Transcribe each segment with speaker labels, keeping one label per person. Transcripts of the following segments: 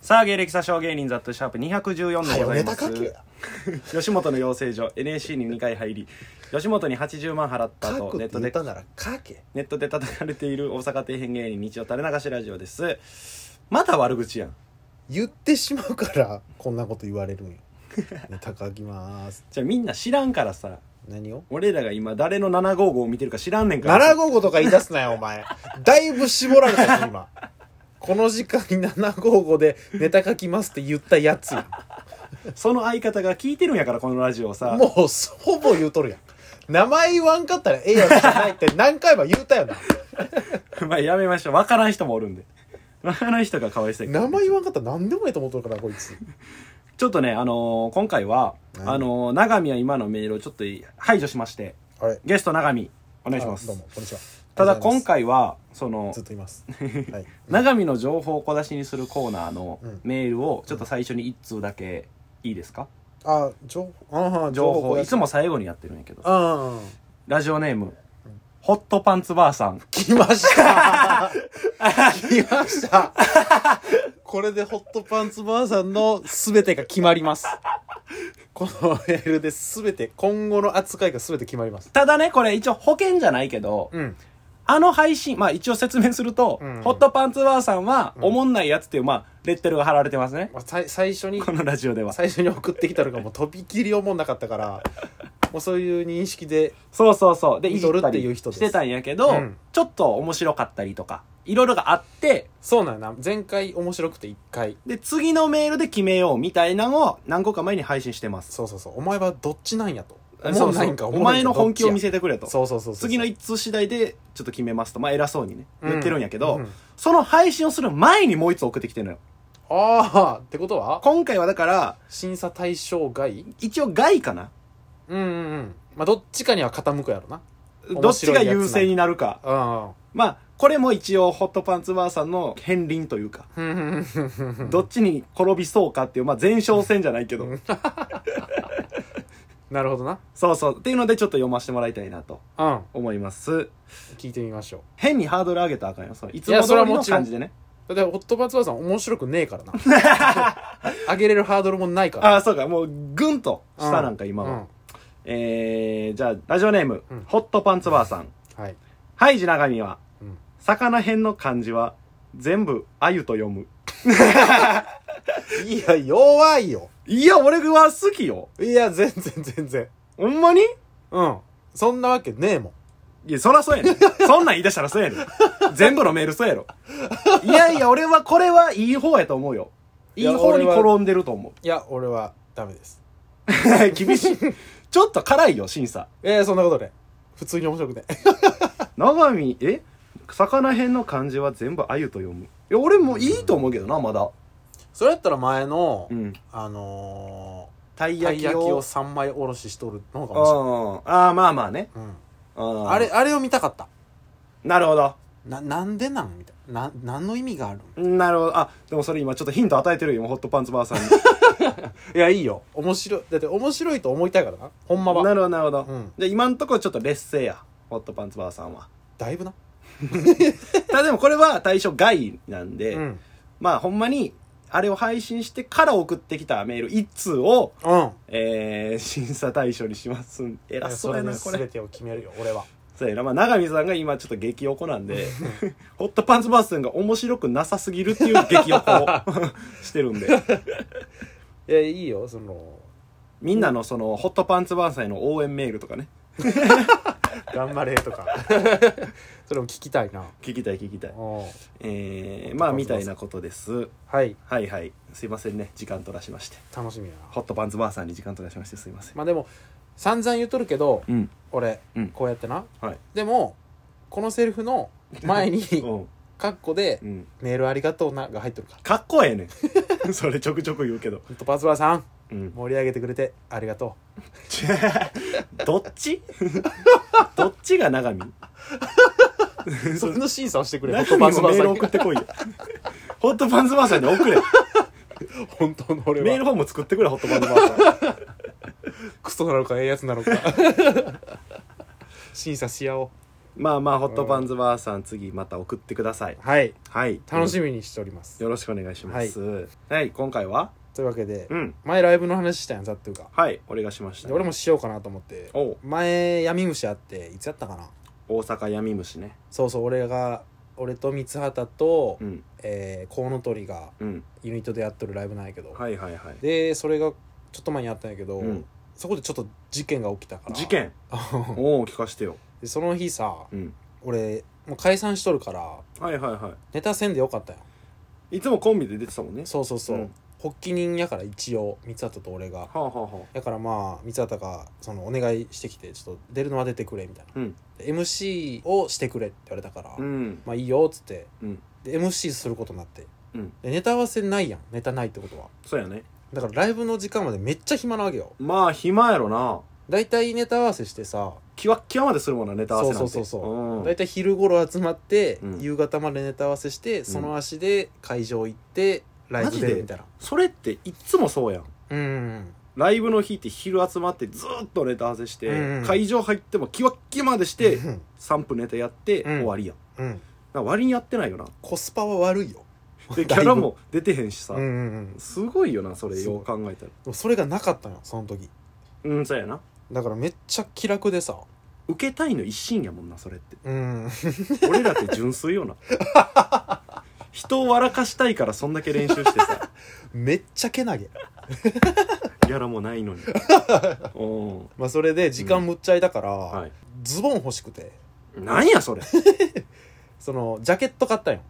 Speaker 1: さあ芸歴詐称芸人ザットシャープ214でございま
Speaker 2: はよネタ
Speaker 1: す吉本の養成所 NSC に2回入り吉本に80万払った
Speaker 2: 書
Speaker 1: と
Speaker 2: く
Speaker 1: ネ
Speaker 2: っ
Speaker 1: ット
Speaker 2: て言
Speaker 1: で
Speaker 2: ったなら書け
Speaker 1: ネットで叩かれている大阪底辺芸人日曜垂れ流しラジオですまた悪口やん
Speaker 2: 言ってしまうからこんなこと言われるん よネタ書きます
Speaker 1: じゃあみんな知らんからさ
Speaker 2: 何を
Speaker 1: 俺らが今誰の755を見てるか知らんねんから
Speaker 2: 755とか言い出すなよお前だいぶ絞られたぞ今この時間に755でネタ書きますって言ったやつや
Speaker 1: その相方が聞いてるんやからこのラジオをさ
Speaker 2: もうほぼ言うとるやん名前言わんかったらええやつじゃないって何回も言うたよな
Speaker 1: まあやめましょう分からん人もおるんで分からん人がかわいそうやけど
Speaker 2: 名前言わんかったら何でもええと思っとるからこいつ
Speaker 1: ちょっとねあのー今回は
Speaker 2: 何
Speaker 1: あのー永見は今のメールをちょっと排除しまして
Speaker 2: あれ
Speaker 1: ゲスト永見お
Speaker 2: お
Speaker 1: 願いします
Speaker 2: どうもこんにちは
Speaker 1: ただ
Speaker 2: ありがとうご
Speaker 1: 今
Speaker 2: ざい
Speaker 1: 回はその
Speaker 2: ますずっといます、はい、
Speaker 1: 永見の情報を小出しにするコーナーの
Speaker 2: うん
Speaker 1: メールをちょっと最初に一通だけいいですか
Speaker 2: あ情報ああ
Speaker 1: 情報
Speaker 2: こ
Speaker 1: いつも最後にやってるんやけど
Speaker 2: うん
Speaker 1: ラジオネームホットパンツばあさん
Speaker 2: 来ました 来ましたこれでホットパンツばあさんの全てが決まりますこのメールで全て今後の扱いが全て決まります
Speaker 1: ただねこれ一応保険じゃないけど
Speaker 2: うん
Speaker 1: あの配信まあ一応説明すると
Speaker 2: うん
Speaker 1: ホットパンツばあさんは
Speaker 2: うん
Speaker 1: おもんないやつっていうまあレッテルが貼られてますね
Speaker 2: まあさい最初に
Speaker 1: このラジオでは
Speaker 2: 最初に送ってきたのがもうとびきり思んなかったからもうそういう認識で
Speaker 1: そうそうそう。で、い
Speaker 2: い
Speaker 1: じ
Speaker 2: とる
Speaker 1: った
Speaker 2: っていう
Speaker 1: り
Speaker 2: 人です
Speaker 1: してたんやけど、
Speaker 2: うん
Speaker 1: ちょっと面白かったりとか、いろいろがあって、
Speaker 2: そうなんやな前回面白くて1回
Speaker 1: で、次のメールで決めようみたいなのを何個か前に配信してます。
Speaker 2: そうそうそうお前はどっちなんやと
Speaker 1: そ
Speaker 2: 思
Speaker 1: う
Speaker 2: うな
Speaker 1: そ
Speaker 2: いん
Speaker 1: う
Speaker 2: か
Speaker 1: お前の本気を見
Speaker 2: せ
Speaker 1: せてくれと。
Speaker 2: そうそうそうそう
Speaker 1: 次の一通次第でちょっと決めますと、まあ偉そうにね、
Speaker 2: うん
Speaker 1: 言ってるんやけど、
Speaker 2: うん
Speaker 1: その配信をする前にもう一通送ってきてるのよ。
Speaker 2: ああってことは
Speaker 1: 今回はだから、
Speaker 2: 審査対象外
Speaker 1: 一応外かな
Speaker 2: うんうんうんまあどっちかには傾くやろな
Speaker 1: ど
Speaker 2: 面
Speaker 1: っち
Speaker 2: 白い
Speaker 1: が
Speaker 2: やつな
Speaker 1: 優勢になるか。
Speaker 2: うん
Speaker 1: まあ、これも一応、ホットパンツバーさんの片鱗というか、
Speaker 2: ふんふんふんふんふん
Speaker 1: どっちに転びそうかっていう、まあ前哨戦じゃないけど
Speaker 2: う、ん なるほどな
Speaker 1: そうそう。っていうので、ちょっと読ませてもらいたいなと
Speaker 2: うん
Speaker 1: 思います。
Speaker 2: 聞いてみましょ
Speaker 1: 変にハードル上げたらあかんよ。そのいつ
Speaker 2: い
Speaker 1: も
Speaker 2: や
Speaker 1: 通
Speaker 2: そ
Speaker 1: り
Speaker 2: れは
Speaker 1: の
Speaker 2: もちろん
Speaker 1: 感じでね。
Speaker 2: うだってホットパンツバーさん面白くねえ からな上げれるハードルもないから
Speaker 1: ああ、そうか。もう、ぐんと下なんか今は。えー、じゃあ、ラジオネーム、
Speaker 2: うん
Speaker 1: ホットパンツバーさん。
Speaker 2: うんはい
Speaker 1: ハイジ長見は、
Speaker 2: うん
Speaker 1: 魚編の漢字は、全部、あゆと読む。
Speaker 2: いや弱いよ
Speaker 1: いや、俺は好きよ。
Speaker 2: いや全然全然
Speaker 1: ほんまに
Speaker 2: うんそんなわけねえもん
Speaker 1: いや、そらそうやねん。 そんなん言い出したらそうやねん。全部のメールそうやろ。いやいや、俺は、これはいい方やと思うよ。い
Speaker 2: い
Speaker 1: い
Speaker 2: や
Speaker 1: 方に
Speaker 2: 俺は
Speaker 1: 転んでると思う。
Speaker 2: いや俺はダメです
Speaker 1: 厳しい。ちょっと辛いよ、審査。
Speaker 2: えー、そんなことで普通に面白くねえ
Speaker 1: 長見、え魚編の漢字は全部あゆと読む。いや、俺もいいと思うけどな、まだ。
Speaker 2: それやったら前の、
Speaker 1: うん。
Speaker 2: あの
Speaker 1: たい
Speaker 2: ー、た
Speaker 1: 焼
Speaker 2: い
Speaker 1: き
Speaker 2: 焼きを
Speaker 1: を。
Speaker 2: 3枚おろししとるのが面白い
Speaker 1: ああー、まあまあね。
Speaker 2: うん
Speaker 1: あ
Speaker 2: あれ、あれを見たかった。
Speaker 1: なるほど。
Speaker 2: な、なんでなんみたいな。な、何の意味がある
Speaker 1: なるほど。あ、でもそれ今ちょっとヒント与えてるよ、今、ホットパンツばあさん に。
Speaker 2: いや、いいよ。面白い。だって面白いと思いたいからな。ほんま
Speaker 1: な
Speaker 2: は。
Speaker 1: るほど、なるほど。
Speaker 2: うん
Speaker 1: じゃあ今んところちょっと劣勢や、ホットパンツばあさんは。
Speaker 2: だいぶな。
Speaker 1: ただでもこれは対象外なんで、
Speaker 2: うん。
Speaker 1: まあほんまに、あれを配信してから送ってきたメール1通を、
Speaker 2: うん。え
Speaker 1: えー、審査対象にしますん偉そうやな、これ。
Speaker 2: 全てを決めるよ、俺は。
Speaker 1: そうやな、まあ、永見さんが今ちょっと激横なん で、ホットパンツバースさんが面白くなさすぎるっていう激横を してるんで、
Speaker 2: いや、いいよ、その、
Speaker 1: みんなのその、ホットパンツバースさんへの応援メールとかね、
Speaker 2: 頑張れと か。それも聞きたいな。
Speaker 1: 聞きたい聞きたい。
Speaker 2: うん
Speaker 1: えー、まあ、みたいなことです。
Speaker 2: はい。
Speaker 1: はいはい。すいませんね、時間取らしまして。
Speaker 2: 楽しみやな。
Speaker 1: ホットパンツバースさんに時間取らしまして、すいません。
Speaker 2: まあでも、散々言っとるけど、
Speaker 1: うん。
Speaker 2: 俺、
Speaker 1: うん
Speaker 2: こうやってな。
Speaker 1: はい。
Speaker 2: でも、このセリフの前 に、
Speaker 1: うん。
Speaker 2: カッコで
Speaker 1: う、ん。
Speaker 2: メールありがとうな、が入っとるから。
Speaker 1: かっこええねん。 それちょくちょく言うけど。
Speaker 2: ほんとパズワさん。
Speaker 1: うん。
Speaker 2: 盛り上げてくれてありがと
Speaker 1: ちぇどっち どっちが永見
Speaker 2: うそれの審査をしてくれ
Speaker 1: 中身もメール送って こいよ。ホットパンツバーさんに 送れ。
Speaker 2: 本当の俺
Speaker 1: メールフォーム作ってくれ、ホットパンツバーさん。
Speaker 2: クソなのかええやつなのか審査し合お
Speaker 1: まあまあホットパンツばあさん次また送ってください
Speaker 2: はい
Speaker 1: はい
Speaker 2: 楽しみにしております、
Speaker 1: よろしくお願いしますはい、今回は
Speaker 2: というわけで、
Speaker 1: うん
Speaker 2: 前ライブの話したやんざっていうか
Speaker 1: はい俺がしました
Speaker 2: で俺もしようかなと思って
Speaker 1: おう
Speaker 2: 前闇虫あっていつやったかな
Speaker 1: 大阪闇虫ね
Speaker 2: そうそう俺が俺と三畑と、
Speaker 1: うん
Speaker 2: えーコウノトリが
Speaker 1: うん
Speaker 2: ユニットでやっとるライブなんやけど、
Speaker 1: はいはいはい
Speaker 2: でそれがちょっと前にあったんやけど、
Speaker 1: うん
Speaker 2: そこでちょっと事件が起きたから
Speaker 1: 事件おお聞かしてよ
Speaker 2: でその日さ
Speaker 1: うん
Speaker 2: 俺もう解散しとるから
Speaker 1: はいはいは
Speaker 2: ネタせんでよかったよ
Speaker 1: いいつもコンビで出てたもんね
Speaker 2: そうそうそう、
Speaker 1: うん
Speaker 2: 発起人やから一応三畑と俺が
Speaker 1: はあはあは
Speaker 2: だからまあ三畑がそのお願いしてきてちょっと出るのは出てくれみたい
Speaker 1: あ
Speaker 2: な
Speaker 1: うん
Speaker 2: で MC をしてくれって言われたから、
Speaker 1: うん
Speaker 2: まあいいよっつって
Speaker 1: うん
Speaker 2: で MC することになって
Speaker 1: うん
Speaker 2: でネタ合わせないやんネタないってことは
Speaker 1: そうやね
Speaker 2: だからライブの時間までめっちゃ暇なわけよ
Speaker 1: まあ暇やろな
Speaker 2: だいたいネタ合わせしてさ
Speaker 1: キワッキワまでするもんなネタ合わせなんて
Speaker 2: そうそうそうそ
Speaker 1: うん
Speaker 2: だいたい昼頃集まって、
Speaker 1: うん
Speaker 2: 夕方までネタ合わせしてその足で会場行ってライブ出るみたいな
Speaker 1: それっていっつもそうやん
Speaker 2: うんうん
Speaker 1: ライブの日って昼集まってずーっとネタ合わせして、
Speaker 2: うんうん
Speaker 1: 会場入ってもキワッキワまでして
Speaker 2: うん
Speaker 1: 3分ネタやって、
Speaker 2: うん
Speaker 1: 終わりやん
Speaker 2: うん
Speaker 1: なんか割にやってないよ な
Speaker 2: コスパは悪いよ
Speaker 1: でキ
Speaker 2: だいぶ
Speaker 1: ャラも出てへんしさ、
Speaker 2: うんうんうんです
Speaker 1: ごいよなそれよう考えたら
Speaker 2: もそれがなかったのよその時
Speaker 1: うんそうやな
Speaker 2: だからめっちゃ気楽でさ
Speaker 1: 受けたいの一心やもんなそれって
Speaker 2: うん
Speaker 1: 俺らって純粋よな人を笑かしたいからそんだけ練習して さ
Speaker 2: めっちゃけなげ
Speaker 1: ギャラもないの にうん
Speaker 2: まあそれで時間むっちゃいたから、
Speaker 1: はい
Speaker 2: ズボン欲しくて
Speaker 1: なんやそれ
Speaker 2: そのジャケット買ったんよ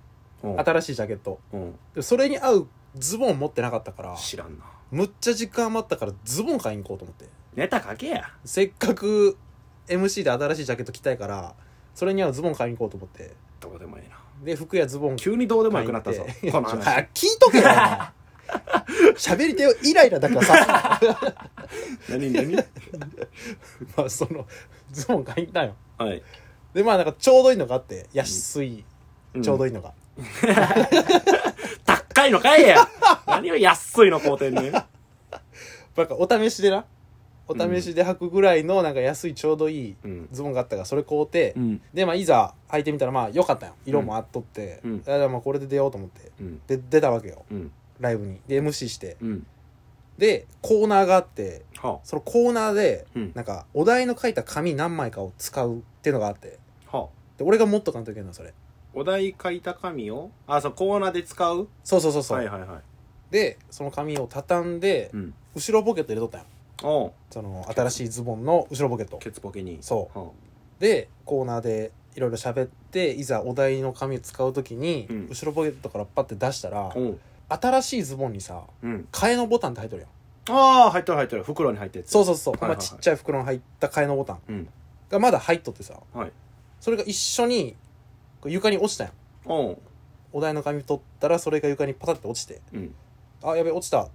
Speaker 1: うん
Speaker 2: 新しいジャケット
Speaker 1: うん
Speaker 2: でそれに合うズボン持ってなかったから
Speaker 1: 知らんな
Speaker 2: むっちゃ時間余ったからズボン買いに行こうと思って
Speaker 1: ネタ書けや
Speaker 2: せっかく MC で新しいジャケット着たいからそれに合うズボン買いに行こうと思って
Speaker 1: どうでもいいな
Speaker 2: で服やズボン
Speaker 1: 急にどうでもよくなったぞ
Speaker 2: 買いに行
Speaker 1: こ
Speaker 2: っ
Speaker 1: の
Speaker 2: て
Speaker 1: 話
Speaker 2: 聞いとけよお前喋り手をイライラだから さすな
Speaker 1: 何何
Speaker 2: まあそのズボン買いに行ったんよ
Speaker 1: はい、
Speaker 2: でまあなんかちょうどいいのがあって安い、ちょうど
Speaker 1: いい
Speaker 2: いいのが、
Speaker 1: 高いのかい や何を安いの買うてんねん
Speaker 2: なんかお試しでなお試しで履くぐらいのなんか安いちょうどいい
Speaker 1: うん
Speaker 2: ズボンがあったからそれ買うて、
Speaker 1: うん
Speaker 2: でまあいざ履いてみたらまあ良かったよ色もあっとって、
Speaker 1: うん
Speaker 2: だからまあこれで出ようと思って
Speaker 1: うん
Speaker 2: で出たわけよ
Speaker 1: うん
Speaker 2: ライブにで MC して
Speaker 1: うん
Speaker 2: でコーナーがあって
Speaker 1: は
Speaker 2: そのコーナーで
Speaker 1: うん
Speaker 2: なんかお題の書いた紙何枚かを使うっていうのがあって
Speaker 1: あはあ
Speaker 2: で俺が持っとかんといけないのそれ
Speaker 1: お題書いた紙をあそうコーナーで使う
Speaker 2: そうそうそうそう、
Speaker 1: はいはいはい
Speaker 2: でその紙を畳んで、
Speaker 1: うん
Speaker 2: 後ろポケット入れとったんよ
Speaker 1: おう
Speaker 2: その新しいズボンの後ろポケット
Speaker 1: ケツポケに
Speaker 2: そう
Speaker 1: は
Speaker 2: でコーナーでいろいろ喋っていざお題の紙を使う時に、
Speaker 1: うん
Speaker 2: 後ろポケットからパッて出したら
Speaker 1: あ、おう
Speaker 2: 新しいズボンにさ
Speaker 1: うん
Speaker 2: 替えのボタンって入っとるやん
Speaker 1: ああ入ってる入ってる袋に入ってるやつ
Speaker 2: そうそうそう、
Speaker 1: はいはいはい
Speaker 2: まあ、ちっちゃい袋の入った替えのボタン
Speaker 1: うん
Speaker 2: がまだ入っとってさ
Speaker 1: はい
Speaker 2: それが一緒にこう床に落ちたやん
Speaker 1: おう
Speaker 2: お題の紙取ったらそれが床にパタッて落ちて
Speaker 1: うん
Speaker 2: あやべ落ちたっ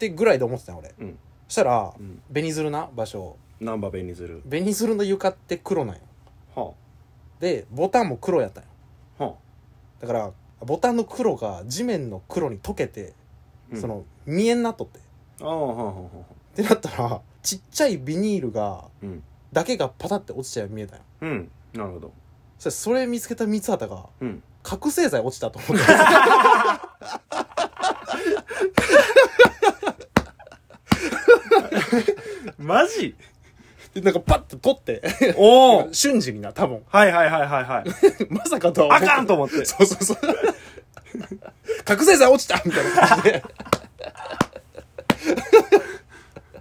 Speaker 2: てぐらいで思ってたん俺、
Speaker 1: うん
Speaker 2: そしたら
Speaker 1: うん
Speaker 2: ベニズルな場所
Speaker 1: ナンバーベニズル
Speaker 2: ベニズルの床って黒なんよ
Speaker 1: は
Speaker 2: でボタンも黒やったんよ
Speaker 1: あはあ
Speaker 2: だからボタンの黒が地面の黒に溶けて
Speaker 1: うん
Speaker 2: その見えんなっとってっ
Speaker 1: ああはあはあはあ
Speaker 2: てなったらちっちゃいビニールが
Speaker 1: うん
Speaker 2: だけがパタって落ちちゃうように見えたよ
Speaker 1: うんなるほど
Speaker 2: そしたらそれ見つけた三畑が
Speaker 1: うん
Speaker 2: 覚醒剤落ちたと思って
Speaker 1: マジ
Speaker 2: で なんかパッて取って
Speaker 1: おお
Speaker 2: 瞬時にな多分
Speaker 1: はいはいはいはいはい
Speaker 2: まさかとは
Speaker 1: あ
Speaker 2: って
Speaker 1: かんと思って
Speaker 2: そうそう そう覚醒剤落ちたみたいな感じ で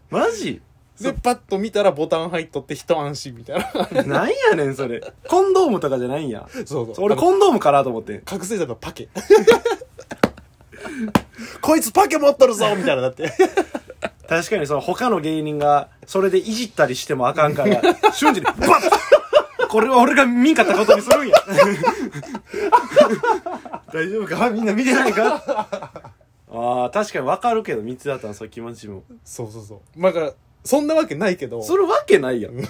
Speaker 1: マジ
Speaker 2: でパッと見たらボタン入っとって一安心みたいな
Speaker 1: なんやねんそれコンドームとかじゃないんや
Speaker 2: そう そう
Speaker 1: 俺コンドームかなと思って
Speaker 2: 覚醒剤のパケ こいつパケ持っとるぞみたいなだって
Speaker 1: 確かにその他の芸人がそれでいじったりしてもあかん から瞬時にバッこれは俺が見んかったことにするんや 大丈夫かみんな見てないか ああ確かに分かるけど三つだったのその気持ちも
Speaker 2: そうそうそうまあだからそんなわけないけど
Speaker 1: するわけないやんうんうん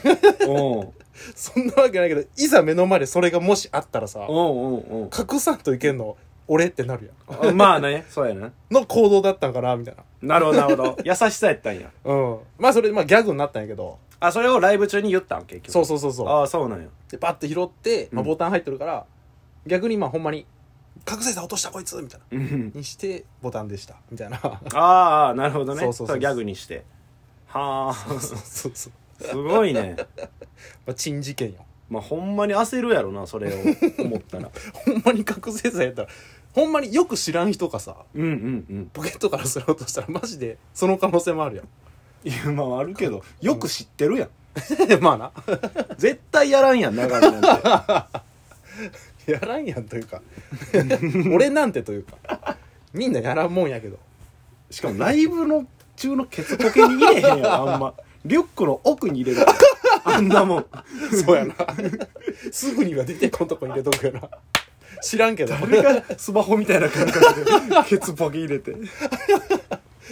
Speaker 2: そんなわけないけどいざ目の前でそれがもしあったらさ
Speaker 1: うんうん
Speaker 2: 隠さんといけんの俺ってなるやん
Speaker 1: あまあねそうやな
Speaker 2: の行動だったんかなみたいな
Speaker 1: なるほどなるほど優しさやったんや
Speaker 2: うんまあそれまあギャグになったんやけど
Speaker 1: あそれをライブ中に言ったん結局
Speaker 2: そううそうそうそう
Speaker 1: ああそうなんや
Speaker 2: でパッて拾って、まあ、
Speaker 1: うん
Speaker 2: ボタン入ってるから、逆にまあほんまに「覚醒剤落としたこいつ!」みたいなにしてボタンでしたみたいな
Speaker 1: ああなるほどね
Speaker 2: そうそうそう
Speaker 1: れギャグにしてはあ
Speaker 2: そうそうそう、
Speaker 1: すごいね
Speaker 2: まあ、珍事件よ
Speaker 1: まあほんまに焦るやろなそれを思ったら
Speaker 2: ほんまに覚醒剤やったらほんまによく知らん人がさ
Speaker 1: うんうんうん
Speaker 2: ポケットからそれ落としたらマジでその可能性もあるやん
Speaker 1: いやまああるけどよく知ってるやん
Speaker 2: まあな
Speaker 1: 絶対やらんやん流れなんて
Speaker 2: やらんやんというか俺なんてというかみんなやらんもんやけど
Speaker 1: しかもライブの中のケツポケに入れへん やんあんまリュックの奥に入れるからあんなもん
Speaker 2: そうやなすぐには出てこんとこに入れとくよな知らんけど
Speaker 1: 俺が スマホみたいな感覚でケツポケ入れて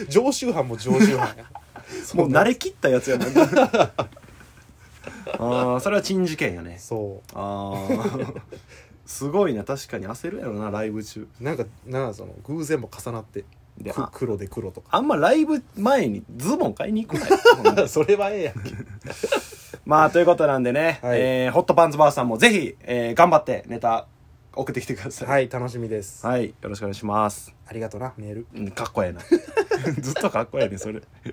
Speaker 2: 常習犯も常習犯や
Speaker 1: もう慣れきったやつやも んねああそれは珍事件やね
Speaker 2: そ
Speaker 1: ああすごいな確かに焦るやろなライブ中
Speaker 2: うなんかなんかその偶然も重なって
Speaker 1: で
Speaker 2: く
Speaker 1: あ
Speaker 2: 黒で黒とか
Speaker 1: あんまライブ前にズボン買いに行くない
Speaker 2: それはええやんけ
Speaker 1: まあということなんでね、
Speaker 2: はい
Speaker 1: えーホットパンツバーさんもぜひ、えー頑張ってネタ送ってきてください
Speaker 2: はい楽しみです
Speaker 1: はい、よろしくお願いします
Speaker 2: ありがとなメール
Speaker 1: うんかっこええなずっとかっこええねそれ